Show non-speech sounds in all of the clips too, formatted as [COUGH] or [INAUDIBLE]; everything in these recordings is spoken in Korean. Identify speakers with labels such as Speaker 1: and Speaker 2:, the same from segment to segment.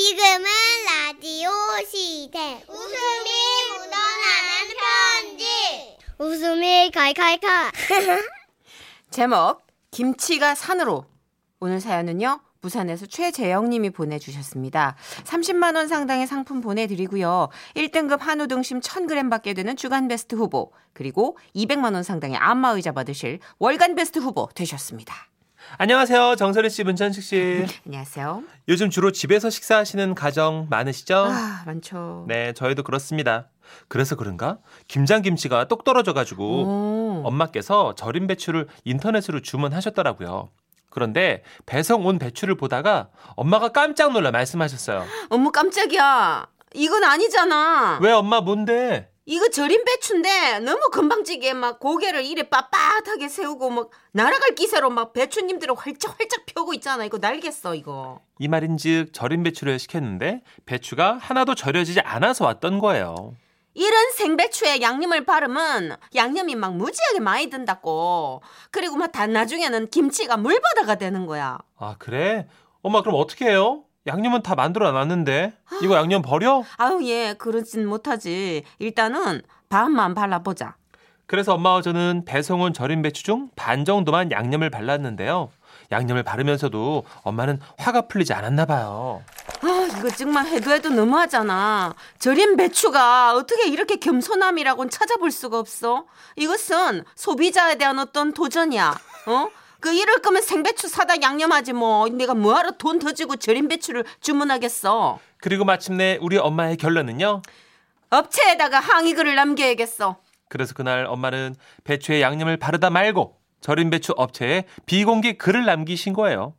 Speaker 1: 지금은 라디오 시대. 웃음이 묻어나는 편지. 웃음이 칼칼칼.
Speaker 2: 제목 김치가 산으로 오늘 사연은요 부산에서 최재영님이 보내주셨습니다. 30만 원 상당의 상품 보내드리고요 1등급 한우 등심 1,000g 받게 되는 주간 베스트 후보 그리고 200만 원 상당의 안마 의자 받으실 월간 베스트 후보 되셨습니다.
Speaker 3: 안녕하세요. 정설희 씨, 문천식 씨.
Speaker 2: 안녕하세요.
Speaker 3: 요즘 주로 집에서 식사하시는 가정 많으시죠?
Speaker 2: 아 많죠.
Speaker 3: 어. 네, 저희도 그렇습니다. 그래서 그런가? 김장김치가 똑 떨어져가지고
Speaker 2: 오,
Speaker 3: 엄마께서 절임 배추를 인터넷으로 주문하셨더라고요. 그런데 배송 온 배추를 보다가 엄마가 깜짝 놀라 말씀하셨어요.
Speaker 2: 어머 깜짝이야. 이건 아니잖아.
Speaker 3: 왜 엄마 뭔데?
Speaker 2: 이거 절임 배추인데 너무 금방지게 막 고개를 이래 빳빳하게 세우고 막 날아갈 기세로 막 배추님들을 활짝활짝 펴고 있잖아. 이거 날겠어 이거.
Speaker 3: 이 말인즉 절임 배추를 시켰는데 배추가 하나도 절여지지 않아서 왔던 거예요.
Speaker 2: 이런 생배추에 양념을 바르면 양념이 막 무지하게 많이 든다고. 그리고 막 다 나중에는 김치가 물바다가 되는 거야.
Speaker 3: 아 그래? 엄마 그럼 어떻게 해요? 양념은 다 만들어 놨는데 이거 양념 버려?
Speaker 2: 아우 예 그러진 못하지. 일단은 반만 발라보자.
Speaker 3: 그래서 엄마와 저는 배송 온 절임 배추 중 반 정도만 양념을 발랐는데요. 양념을 바르면서도 엄마는 화가 풀리지 않았나 봐요.
Speaker 2: 아 이거 정말 해도 해도 너무하잖아. 절임 배추가 어떻게 이렇게 겸손함이라고는 찾아볼 수가 없어. 이것은 소비자에 대한 어떤 도전이야. 어? 그 이럴 거면 생배추 사다 양념하지 뭐. 내가 뭐하러 돈 더 주고 절임 배추를 주문하겠어.
Speaker 3: 그리고 마침내 우리 엄마의 결론은요.
Speaker 2: 업체에다가 항의글을 남겨야겠어.
Speaker 3: 그래서 그날 엄마는 배추에 양념을 바르다 말고 절임 배추 업체에 비공개 글을 남기신 거예요.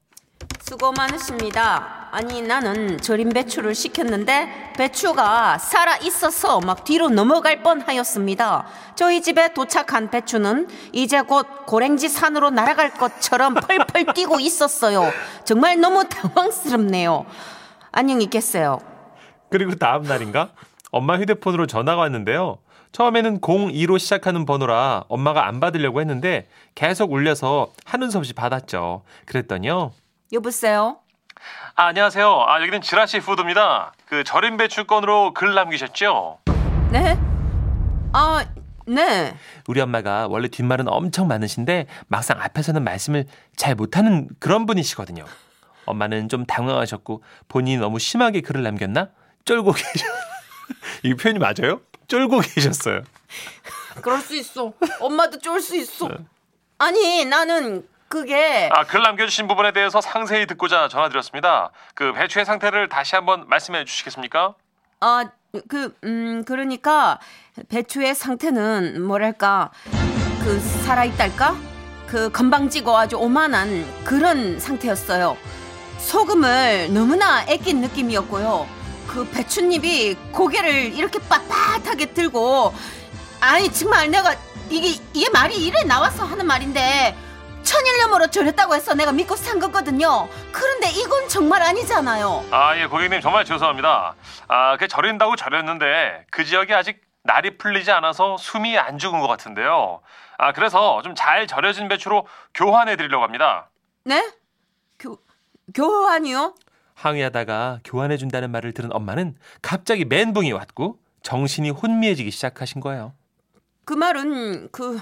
Speaker 2: 수고 많으십니다. 아니 나는 절임 배추를 시켰는데 배추가 살아 있어서 막 뒤로 넘어갈 뻔하였습니다. 저희 집에 도착한 배추는 이제 곧 고랭지 산으로 날아갈 것처럼 펄펄 뛰고 있었어요. 정말 너무 당황스럽네요. 안녕히 계세요.
Speaker 3: 그리고 다음 날인가 엄마 휴대폰으로 전화가 왔는데요. 처음에는 02로 시작하는 번호라 엄마가 안 받으려고 했는데 계속 울려서 하는 수 없이 받았죠. 그랬더니요.
Speaker 2: 여보세요.
Speaker 3: 아, 안녕하세요. 아, 여기는 지라시 푸드입니다. 그 절임 배추 건으로 글 남기셨죠?
Speaker 2: 네? 아 네.
Speaker 3: 우리 엄마가 원래 뒷말은 엄청 많으신데 막상 앞에서는 말씀을 잘 못하는 그런 분이시거든요. 엄마는 좀 당황하셨고 본인이 너무 심하게 글을 남겼나? 쫄고 계셨. [LAUGHS] 이 표현이 맞아요? 쫄고 계셨어요.
Speaker 2: 그럴 수 있어. 엄마도 쫄 수 있어. 아니 나는 그게
Speaker 3: 아, 글 남겨주신 부분에 대해서 상세히 듣고자 전화드렸습니다. 그 배추의 상태를 다시 한번 말씀해 주시겠습니까?
Speaker 2: 아, 그, 음, 그러니까, 배추의 상태는, 뭐랄까, 그, 살아있달까? 그, 건방지고 아주 오만한 그런 상태였어요. 소금을 너무나 애낀 느낌이었고요. 그 배추잎이 고개를 이렇게 빳빳하게 들고, 아니, 정말 내가, 이게, 이게 말이 이래 나와서 하는 말인데, 천일염으로 절였다고 해서 내가 믿고 산 거거든요. 그런데 이건 정말 아니잖아요.
Speaker 3: 아, 예, 고객님 정말 죄송합니다. 아, 그 절인다고 절였는데 그 지역이 아직 날이 풀리지 않아서 숨이 안 죽은 것 같은데요. 아, 그래서 좀 잘 절여진 배추로 교환해 드리려고 합니다.
Speaker 2: 네? 교, 교환이요?
Speaker 3: 항의하다가 교환해 준다는 말을 들은 엄마는 갑자기 멘붕이 왔고 정신이 혼미해지기 시작하신 거예요.
Speaker 2: 그 말은 그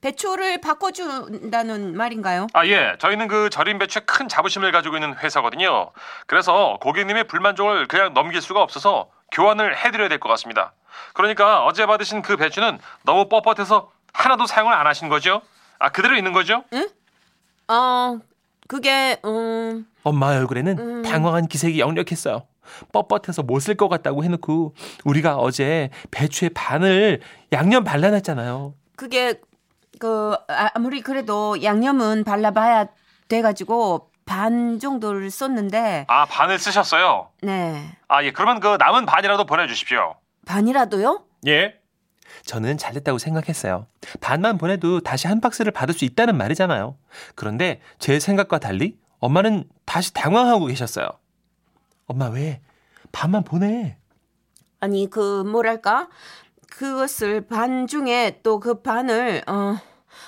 Speaker 2: 배추를 바꿔준다는 말인가요?
Speaker 3: 아, 예. 저희는 그 절인 배추에 큰 자부심을 가지고 있는 회사거든요. 그래서 고객님의 불만족을 그냥 넘길 수가 없어서 교환을 해드려야 될 것 같습니다. 그러니까 어제 받으신 그 배추는 너무 뻣뻣해서 하나도 사용을 안 하신 거죠? 아, 그대로 있는 거죠?
Speaker 2: 어, 그게 음,
Speaker 3: 엄마 얼굴에는 당황한 기색이 역력했어요. 뻣뻣해서 못 쓸 것 같다고 해놓고 우리가 어제 배추의 반을 양념 발라놨잖아요.
Speaker 2: 그게 그 아- 아무리 그래도 양념은 발라봐야 돼가지고 반 정도를 썼는데
Speaker 3: 아, 반을 쓰셨어요?
Speaker 2: 네
Speaker 3: 아, 예. 그러면 그 남은 반이라도 보내주십시오.
Speaker 2: 반이라도요?
Speaker 3: 예. 저는 잘 됐다고 생각했어요. 반만 보내도 다시 한 박스를 받을 수 있다는 말이잖아요. 그런데 제 생각과 달리 엄마는 다시 당황하고 계셨어요. 엄마 왜? 반만 보내.
Speaker 2: 아니 그 뭐랄까 그것을 반 중에 또 그 반을 어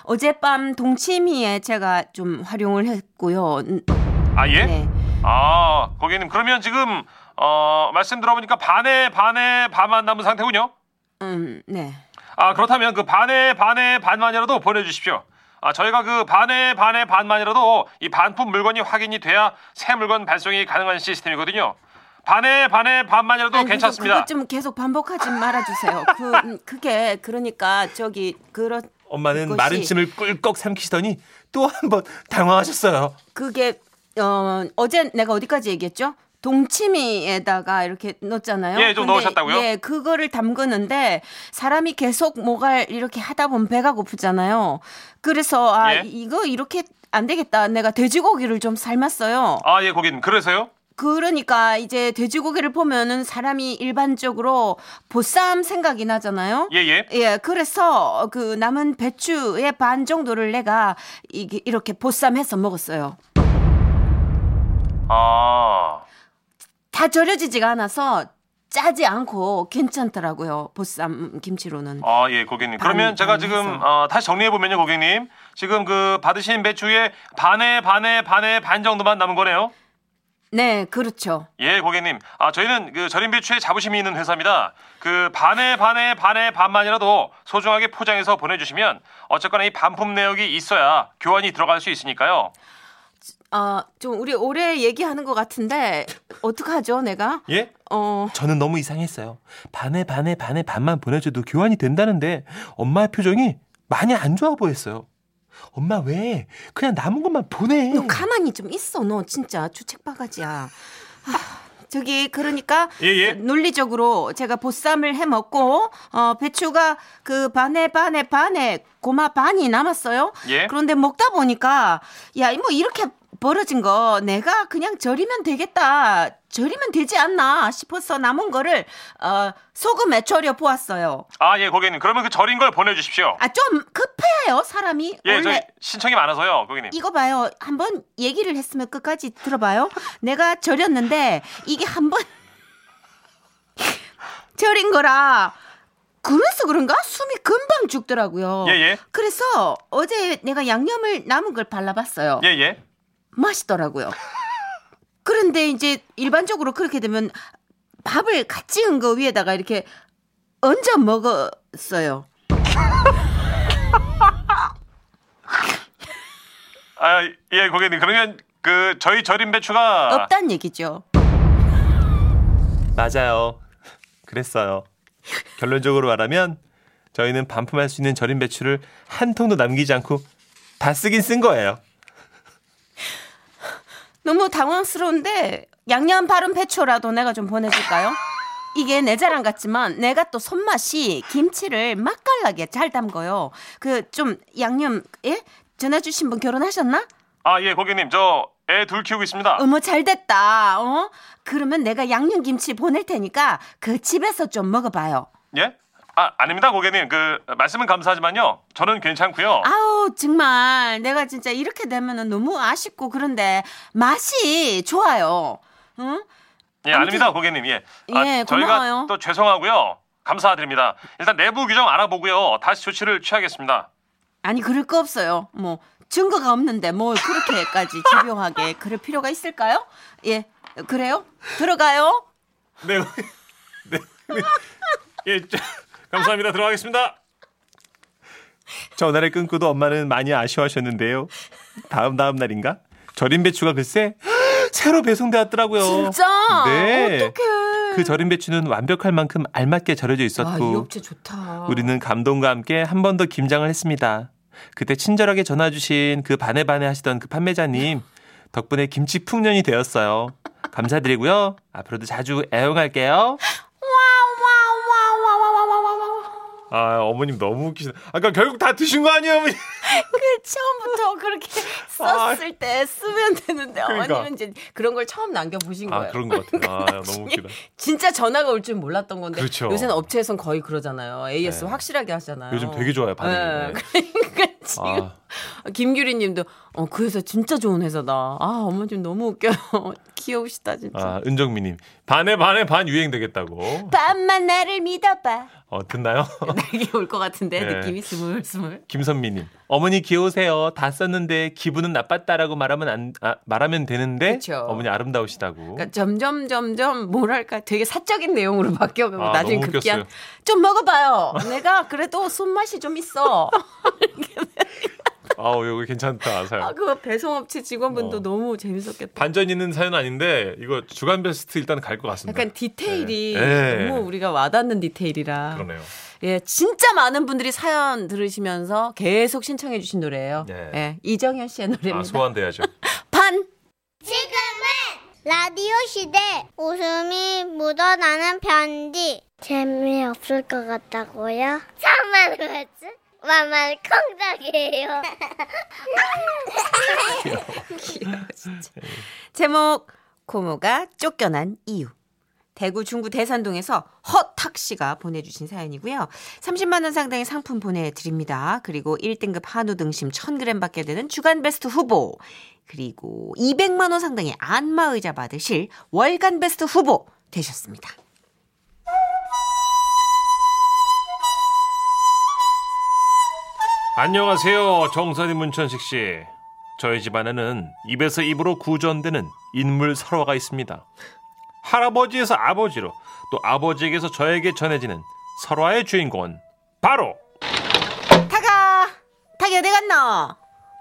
Speaker 2: 어젯밤 동치미에 제가 좀 활용을 했고요. 음,
Speaker 3: 아 예?
Speaker 2: 네.
Speaker 3: 아 고객님 그러면 지금 어, 말씀 들어보니까 반에 반에 반만 남은 상태군요.
Speaker 2: 음, 네.
Speaker 3: 아, 그렇다면 그 반에 반에 반만이라도 보내주십시오. 아, 저희가 그 반에 반에 반만이라도 이 반품 물건이 확인이 돼야 새 물건 발송이 가능한 시스템이거든요. 반에 반에 반만이라도
Speaker 2: 아니, 그거-
Speaker 3: 어, 괜찮습니다.
Speaker 2: 그거 좀 계속 반복하지 말아주세요. 그 음, 그게 그러니까 저기 그런
Speaker 4: 엄마는
Speaker 2: 그것이-
Speaker 4: 마른 침을 꿀꺽 삼키시더니 또 한 번 당황하셨어요.
Speaker 2: 그게 어 어제 내가 어디까지 얘기했죠? 동치미에다가 이렇게 넣었잖아요.
Speaker 3: 예, 좀
Speaker 2: 근데,
Speaker 3: 넣으셨다고요?
Speaker 2: 예, 그거를 담그는데 사람이 계속 뭐가 이렇게 하다 보면 배가 고프잖아요. 그래서 아
Speaker 3: 예.
Speaker 2: 이거 이렇게 안 되겠다. 내가 돼지고기를 좀 삶았어요.
Speaker 3: 아, 예, 고객님. 그래서요?
Speaker 2: 그러니까 이제 돼지고기를 보면은 사람이 일반적으로 보쌈 생각이 나잖아요.
Speaker 3: 예, 예.
Speaker 2: 예, 그래서 그 남은 배추의 반 정도를 내가 이게 이렇게 보쌈해서 먹었어요.
Speaker 3: 아.
Speaker 2: 다 절여지지가 않아서 짜지 않고 괜찮더라고요. 보쌈 김치로는.
Speaker 3: 아, 예, 고객님. 그러면
Speaker 2: 반-
Speaker 3: 제가
Speaker 2: 반해서.
Speaker 3: 지금 어, 다시 정리해 보면요, 고객님. 지금 그 받으신 배추의 반에 반에 반에 반 정도만 남은 거네요.
Speaker 2: 네, 그렇죠.
Speaker 3: 예, 고객님. 아, 저희는 그 절임 배추에 자부심이 있는 회사입니다. 그 반에 반에 반에 반만이라도 소중하게 포장해서 보내주시면 어쨌거나 이 반품 내역이 있어야 교환이 들어갈 수 있으니까요.
Speaker 2: 아, 좀 우리 오래 얘기하는 것 같은데 어떡하죠, 내가?
Speaker 4: 예?
Speaker 2: 어,
Speaker 4: 저는 너무 이상했어요. 반에 반에 반에 반만 보내줘도 교환이 된다는데 엄마의 표정이 많이 안 좋아 보였어요. 엄마 왜 그냥 남은 것만 보내?
Speaker 3: 음.
Speaker 2: 너 가만히 좀 있어, 너 진짜 주책 바가지야. 아, 저기 그러니까
Speaker 3: 예, 예.
Speaker 2: 논리적으로 제가 보쌈을 해 먹고 어, 배추가 그 반에 반에 반에 고마 반이 남았어요.
Speaker 3: 예.
Speaker 2: 그런데 먹다 보니까 야, 뭐 이렇게 벌어진 거 내가 그냥 절이면 되겠다. 절이면 되지 않나 싶어서 남은 거를 어, 소금에 절여 보았어요.
Speaker 3: 아, 예, 고객님. 그러면 그 절인 걸 보내주십시오.
Speaker 2: 아, 좀 급해요, 사람이.
Speaker 3: 예,
Speaker 2: 원래
Speaker 3: 저희 신청이 많아서요, 고객님.
Speaker 2: 이거 봐요. 한번 얘기를 했으면 끝까지 들어봐요. 내가 절였는데 이게 한 번 [LAUGHS] 절인 거라 그래서 그런가 숨이 금방 죽더라고요.
Speaker 3: 예, 예.
Speaker 2: 그래서 어제 내가 양념을 남은 걸 발라봤어요.
Speaker 3: 예, 예.
Speaker 2: 맛있더라고요. 그런데 이제 일반적으로 그렇게 되면 밥을 갓 찍은 거 위에다가 이렇게 얹어 먹었어요.
Speaker 3: 아, 예, 고객님. 그러면 그 저희 절임 배추가
Speaker 2: 없단 얘기죠.
Speaker 4: 맞아요. [LAUGHS] 그랬어요. 결론적으로 말하면 저희는 반품할 수 있는 절임 배추를 한 통도 남기지 않고 다 쓰긴 쓴 거예요.
Speaker 2: 너무 당황스러운데 양념 바른 배추라도 내가 좀 보내줄까요? 이게 내 자랑 같지만 내가 또 손맛이 김치를 맛깔나게 잘 담궈요. 그 좀 양념 예? 전화 주신 분 결혼하셨나?
Speaker 3: 아, 예, 고객님. 저 애 둘 키우고 있습니다.
Speaker 2: 어머 잘됐다. 어? 그러면 내가 양념 김치 보낼 테니까 그 집에서 좀 먹어봐요.
Speaker 3: 예? 아, 아닙니다, 고객님. 그 말씀은 감사하지만요. 저는 괜찮고요.
Speaker 2: 아우 정말 내가 진짜 이렇게 되면은 너무 아쉽고 그런데 맛이 좋아요. 응?
Speaker 3: 예,
Speaker 2: 아무튼-
Speaker 3: 아닙니다, 고객님. 예. 아,
Speaker 2: 예, 고마워요.
Speaker 3: 저희가 또 죄송하고요. 감사드립니다. 일단 내부 규정 알아보고요. 다시 조치를 취하겠습니다.
Speaker 2: 아니 그럴 거 없어요. 뭐 증거가 없는데 뭘 그렇게까지 집요하게 그럴 필요가 있을까요? 예, 그래요? 들어가요.
Speaker 4: 네.
Speaker 3: 예, 감사합니다. 들어가겠습니다.
Speaker 4: 전화를 끊고도 엄마는 많이 아쉬워하셨는데요. 다음 다음 날인가? 절임 배추가 글쎄 [GASPS] 새로 배송되었더라고요.
Speaker 2: 진짜?
Speaker 4: 네.
Speaker 2: 어떡해.
Speaker 4: 그 절임 배추는 완벽할 만큼 알맞게 절여져
Speaker 2: 아, 이
Speaker 4: 있었고
Speaker 2: 업체 좋다.
Speaker 4: 우리는 감동과 함께 한 번 더 김장을 했습니다. 그때 친절하게 전화 주신 그 반에 반에 하시던 그 판매자님 덕분에 김치 풍년이 되었어요. 감사드리고요. 앞으로도 자주 애용할게요.
Speaker 2: 와와와와와와와와.
Speaker 4: 아 어머님 너무 웃기시다. 아까 그러니까 결국 다 드신 거 아니에요, 어머니?
Speaker 2: 그 처음부터 그렇게 썼을 때 쓰면 되는데
Speaker 4: 그러니까.
Speaker 2: 어머니는 이제 그런 걸 처음 남겨 보신
Speaker 4: 아
Speaker 2: 거예요.
Speaker 4: 그런 것 같아요. 아
Speaker 3: 어,
Speaker 4: 너무
Speaker 2: [LAUGHS]
Speaker 4: 웃기다.
Speaker 2: 진짜 전화가 올 줄 몰랐던 건데
Speaker 4: 그렇죠.
Speaker 2: 요새는 업체에선 거의 그러잖아요. AS
Speaker 4: 네.
Speaker 2: 확실하게 하잖아요.
Speaker 4: 요즘 되게 좋아요 반응이.
Speaker 2: 네. 그러니까 지금
Speaker 4: 아,
Speaker 2: 김규리님도 어, 그 회사 진짜 좋은 회사다. 아 엄마 좀 너무 웃겨요. [LAUGHS] 귀여우시다 진짜.
Speaker 3: 아, 은정미님. 반에 반에 반 유행되겠다고.
Speaker 2: 밤만 나를 믿어봐. 네,
Speaker 3: 어, 듣나요?
Speaker 2: 이게 올 것 같은데
Speaker 3: 네.
Speaker 2: 느낌이 스물스물.
Speaker 3: 김선미님. 어머니 귀여우세요. 다 썼는데 기분은 나빴다라고 말하면 안, 아, 말하면 되는데.
Speaker 2: 그쵸.
Speaker 3: 어머니 아름다우시다고.
Speaker 2: 그러니까 점점 점점 뭐랄까 되게 사적인 내용으로 [LAUGHS] 바뀌어가고
Speaker 3: 아,
Speaker 2: 나중에
Speaker 3: 너무
Speaker 2: 극기한
Speaker 3: 웃겼어요.
Speaker 2: 좀 먹어봐요. 내가 그래도 손맛이 좀 있어.
Speaker 3: 아우, 이거 괜찮다. 사연.
Speaker 2: 아 그거 배송업체 직원분도
Speaker 3: 네. 어.
Speaker 2: 너무 재밌었겠다.
Speaker 3: 반전 있는 사연 아닌데 이거 주간 베스트 일단 갈 것 같습니다.
Speaker 2: 약간 디테일이
Speaker 3: 네. 네.
Speaker 2: 너무 우리가 와닿는 디테일이라.
Speaker 3: 그러네요.
Speaker 2: 예, 진짜 많은 분들이 사연 들으시면서 계속 신청해 주신 노래예요.
Speaker 3: 네.
Speaker 2: 예, 이정현 씨의
Speaker 3: 아,
Speaker 2: 노래입니다.
Speaker 3: 소환돼야죠.
Speaker 2: 반
Speaker 1: 지금은 라디오 시대 웃음이 묻어나는 편지 재미없을 것 같다고요? 참만 그랬지? 만만 콩닥이에요
Speaker 2: 제목 고모가 쫓겨난 이유. 대구 중구 대산동에서 허탁 씨가 보내주신 사연이고요. 30만 원 상당의 상품 보내드립니다. 그리고 1등급 한우 등심 1,000g 받게 되는 주간 베스트 후보 그리고 200만 원 상당의 안마 의자 받으실 월간 베스트 후보 되셨습니다.
Speaker 3: 안녕하세요. 정선희 문천식 씨. 저희 집안에는 입에서 입으로 구전되는 인물 설화가 있습니다. 할아버지에서 아버지로 또 아버지에게서 저에게 전해지는 설화의 주인공은 바로
Speaker 2: 타가 타기 어디 갔노?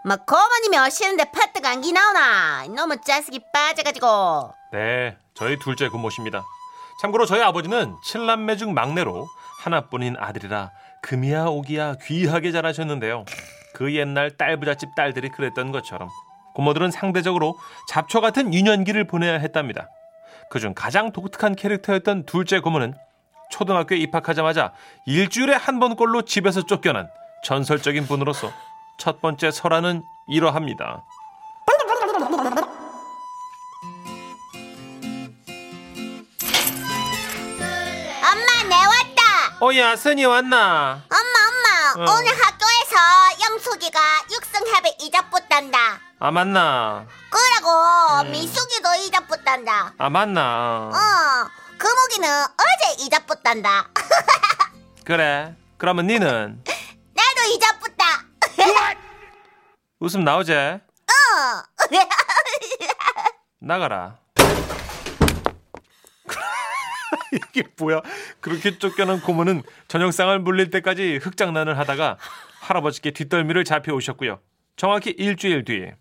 Speaker 2: 막 거만이 며시는데 파트가 안기 나오나? 너무 짜식이 빠져가지고
Speaker 1: 어,
Speaker 3: 네, 저희 둘째 고모십니다. 참고로 저희 아버지는 칠남매 중 막내로 하나뿐인 아들이라 금이야 오기야 귀하게 자라셨는데요. 그 옛날 딸 부잣집 딸들이 그랬던 것처럼 고모들은 상대적으로 잡초 같은 유년기를 보내야 했답니다. 그중 가장 독특한 캐릭터였던 둘째 고모는 초등학교에 입학하자마자 일주일에 한 번꼴로 집에서 쫓겨난 전설적인 분으로서 첫 번째 설화는 이러합니다.
Speaker 1: [LAUGHS] 엄마 내 왔다
Speaker 3: 어야 선이 왔나?
Speaker 1: 엄마 엄마
Speaker 3: 어.
Speaker 1: 오늘 학교에서 영숙이가 육성협에 잊어붙단다
Speaker 3: 아 맞나?
Speaker 1: 그러고 민숙이도 잊어붙단다
Speaker 3: 아 맞나
Speaker 1: 어 금옥이는 어제 잊어붙단다
Speaker 3: 그래 그러면 니는
Speaker 1: 나도 잊어붙다
Speaker 3: 웃음 나오제 나가라 [LAUGHS] 이게 뭐야 그렇게 쫓겨난 고모는 저녁상을 물릴 때까지 흑장난을 하다가 할아버지께 뒷덜미를 잡혀 오셨고요 정확히 일주일 뒤에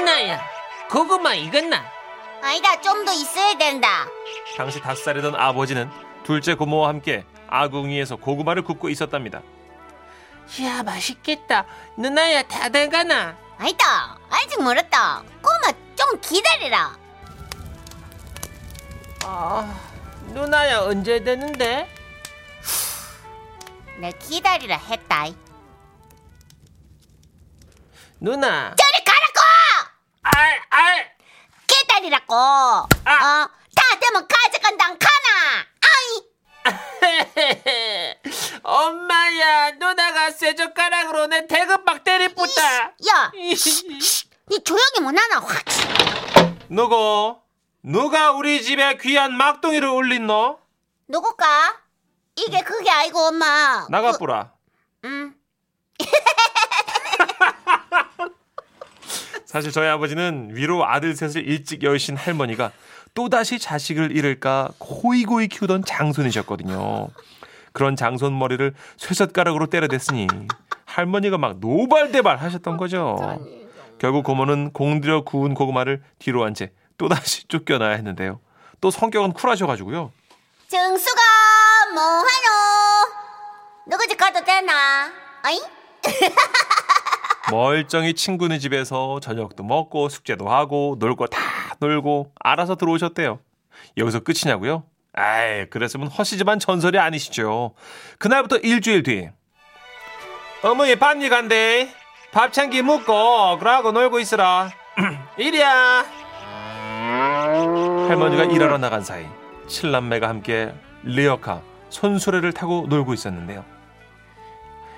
Speaker 4: 누나야 고구마 익었나?
Speaker 1: 아니다 좀 더 있어야 된다
Speaker 3: 당시 다섯 살이던 아버지는 둘째 고모와 함께 아궁이에서 고구마를 굽고 있었답니다
Speaker 4: 이야 맛있겠다 누나야 다 돼가나?
Speaker 1: 아니다 아직 멀었다 꼬마 좀 기다리라
Speaker 4: 아 누나야 언제 되는데?
Speaker 1: 내 기다리라 했다 이.
Speaker 4: 누나
Speaker 1: 저리 가라고
Speaker 4: 알알
Speaker 1: 기다리라고
Speaker 2: 아.
Speaker 1: 어, 다 되면 가져간다 가나 아이
Speaker 4: [LAUGHS] 엄마야 누나가 쇠젓가락으로 내 대급 박대리 뿌다
Speaker 1: 야니 조용히 못하나 확
Speaker 3: 누구 누가 우리 집에 귀한 막둥이를 울린노
Speaker 1: 누굴까 이게 그게 아니고 엄마
Speaker 3: 나가뿌라
Speaker 1: 응.
Speaker 3: [LAUGHS] 사실 저희 아버지는 위로 아들 셋을 일찍 여신 할머니가 또다시 자식을 잃을까 고이고이 키우던 장손이셨거든요. 그런 장손 머리를 쇠젓가락으로 때려댔으니 할머니가 막 노발대발 하셨던 거죠. 결국 고모는 공들여 구운 고구마를 뒤로 한 채 또다시 쫓겨나야 했는데요. 또 성격은 쿨하셔가지고요.
Speaker 1: 정수가 뭐하노 누구 집 가도 되나 아이
Speaker 3: 멀쩡히 친구네 집에서 저녁도 먹고 숙제도 하고 놀 거 다 놀고 알아서 들어오셨대요. 여기서 끝이냐고요? 아이, 그랬으면 허시지만 전설이 아니시죠. 그날부터 일주일 뒤. 어머니 밤일 간대. 밥 챙기 묵고 그러고 놀고 있으라. [CLEARS THROAT] 이리야. 할머니가 일하러 나간 사이 칠남매가 함께 리어카 손수레를 타고 놀고 있었는데요.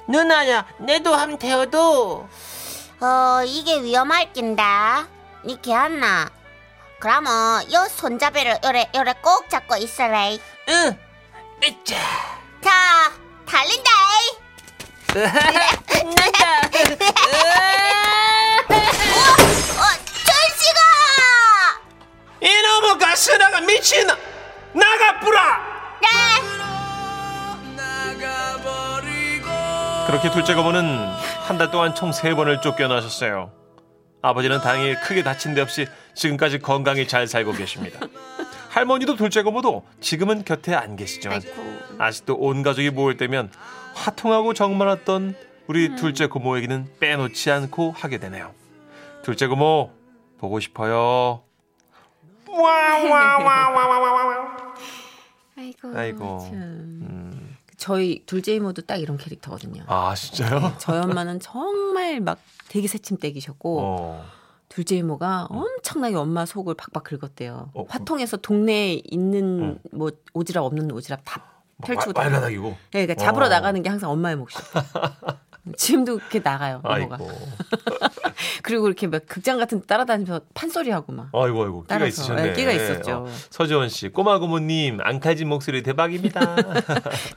Speaker 5: 누나야 내도 함 태워도
Speaker 1: 어, 이게 위험할 낀다. 니 기안나. 그러면 요 손잡이를 요래 요래 꼭 잡고 있으래.
Speaker 5: 응 으짜
Speaker 1: 자, 달린다. [LAUGHS]
Speaker 5: 난다 으아!
Speaker 1: 어, 철씨가.
Speaker 5: 이놈의 가스나가 미친아 나가 뿌라
Speaker 1: 네.
Speaker 4: 그렇게 둘째 고모는 한 달 동안 총 세 번을 쫓겨나셨어요. 아버지는 다행히 크게 다친 데 없이 지금까지 건강히 잘 살고 계십니다. 할머니도 둘째 고모도 지금은 곁에 안 계시지만 아직도 온 가족이 모일 때면 화통하고 정말았던 우리
Speaker 2: 음.
Speaker 4: 둘째 고모 얘기는 빼놓지 않고 하게 되네요. 둘째 고모 보고 싶어요.
Speaker 2: 아이고.
Speaker 4: 아이고.
Speaker 2: 참. 저희 둘째 이모도 딱 이런 캐릭터거든요.
Speaker 4: 아 진짜요?
Speaker 2: 저희 엄마는 정말 막 되게 새침대기셨고
Speaker 4: 어.
Speaker 2: 둘째 이모가 엄청나게 엄마 속을 박박 긁었대요.
Speaker 4: 어,
Speaker 2: 화통에서 동네에 있는 뭐 오지랖 없는 오지랖 다 펼치고
Speaker 4: 말-
Speaker 2: 다녀요.
Speaker 4: 말가닥이고.
Speaker 2: 네, 그러니까 잡으러
Speaker 4: 어.
Speaker 2: 나가는 게 항상 엄마의
Speaker 4: [LAUGHS]
Speaker 2: 몫이었요 지금도 그렇게 나가요. 이모가.
Speaker 4: 아이고.
Speaker 2: 그리고 이렇게 막 극장 같은 데 따라다니면서 판소리하고 막.
Speaker 4: 아이고 아이고 끼가
Speaker 2: 따라서,
Speaker 4: 있으셨네.
Speaker 2: 예, 끼가 있었죠.
Speaker 4: 어, 서지원 씨 꼬마 고모님 앙칼진
Speaker 2: [LAUGHS]
Speaker 4: 목소리 대박입니다.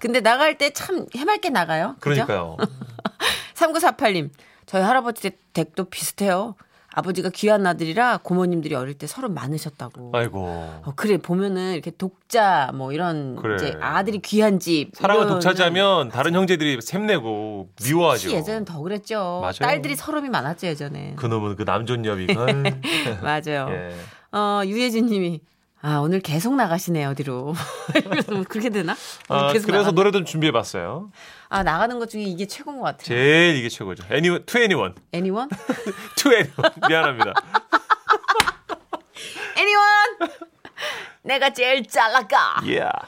Speaker 2: 근데 나갈 때 참 해맑게 나가요. 그죠?
Speaker 4: 그러니까요.
Speaker 2: 3948님, 저희 할아버지 댁도 비슷해요. 아버지가 귀한 아들이라 고모님들이 어릴 때 서로 많으셨다고.
Speaker 4: 아이고
Speaker 2: 어, 그래 보면은 이렇게 독자 뭐 이런
Speaker 4: 그래.
Speaker 2: 이제 아들이 귀한 집
Speaker 4: 사랑을
Speaker 2: 이런
Speaker 4: 독차지하면 다른 형제들이 샘내고 미워하죠.
Speaker 2: 혹시 예전엔 더 그랬죠.
Speaker 4: 맞아요.
Speaker 2: 딸들이 서름이 많았죠 예전에.
Speaker 4: 그놈은 그 남존녀비.
Speaker 2: [LAUGHS] 맞아요.
Speaker 4: 예.
Speaker 2: 어 유예진님이 아 오늘 계속 나가시네 어디로 [LAUGHS] 이러면서 뭐 그렇게 되나?
Speaker 4: 아,
Speaker 2: 계속
Speaker 4: 그래서
Speaker 2: 나가-
Speaker 4: 노래 좀 준비해봤어요.
Speaker 2: 아 나가는 것 중에 이게 최고인 것 같아요.
Speaker 4: 제일 이게 최고죠. Any, to anyone, [LAUGHS]
Speaker 2: Anyone?
Speaker 4: to anyone.
Speaker 2: [LAUGHS]
Speaker 4: 미안합니다.
Speaker 2: Anyone? 내가 제일 잘나가.
Speaker 4: Yeah.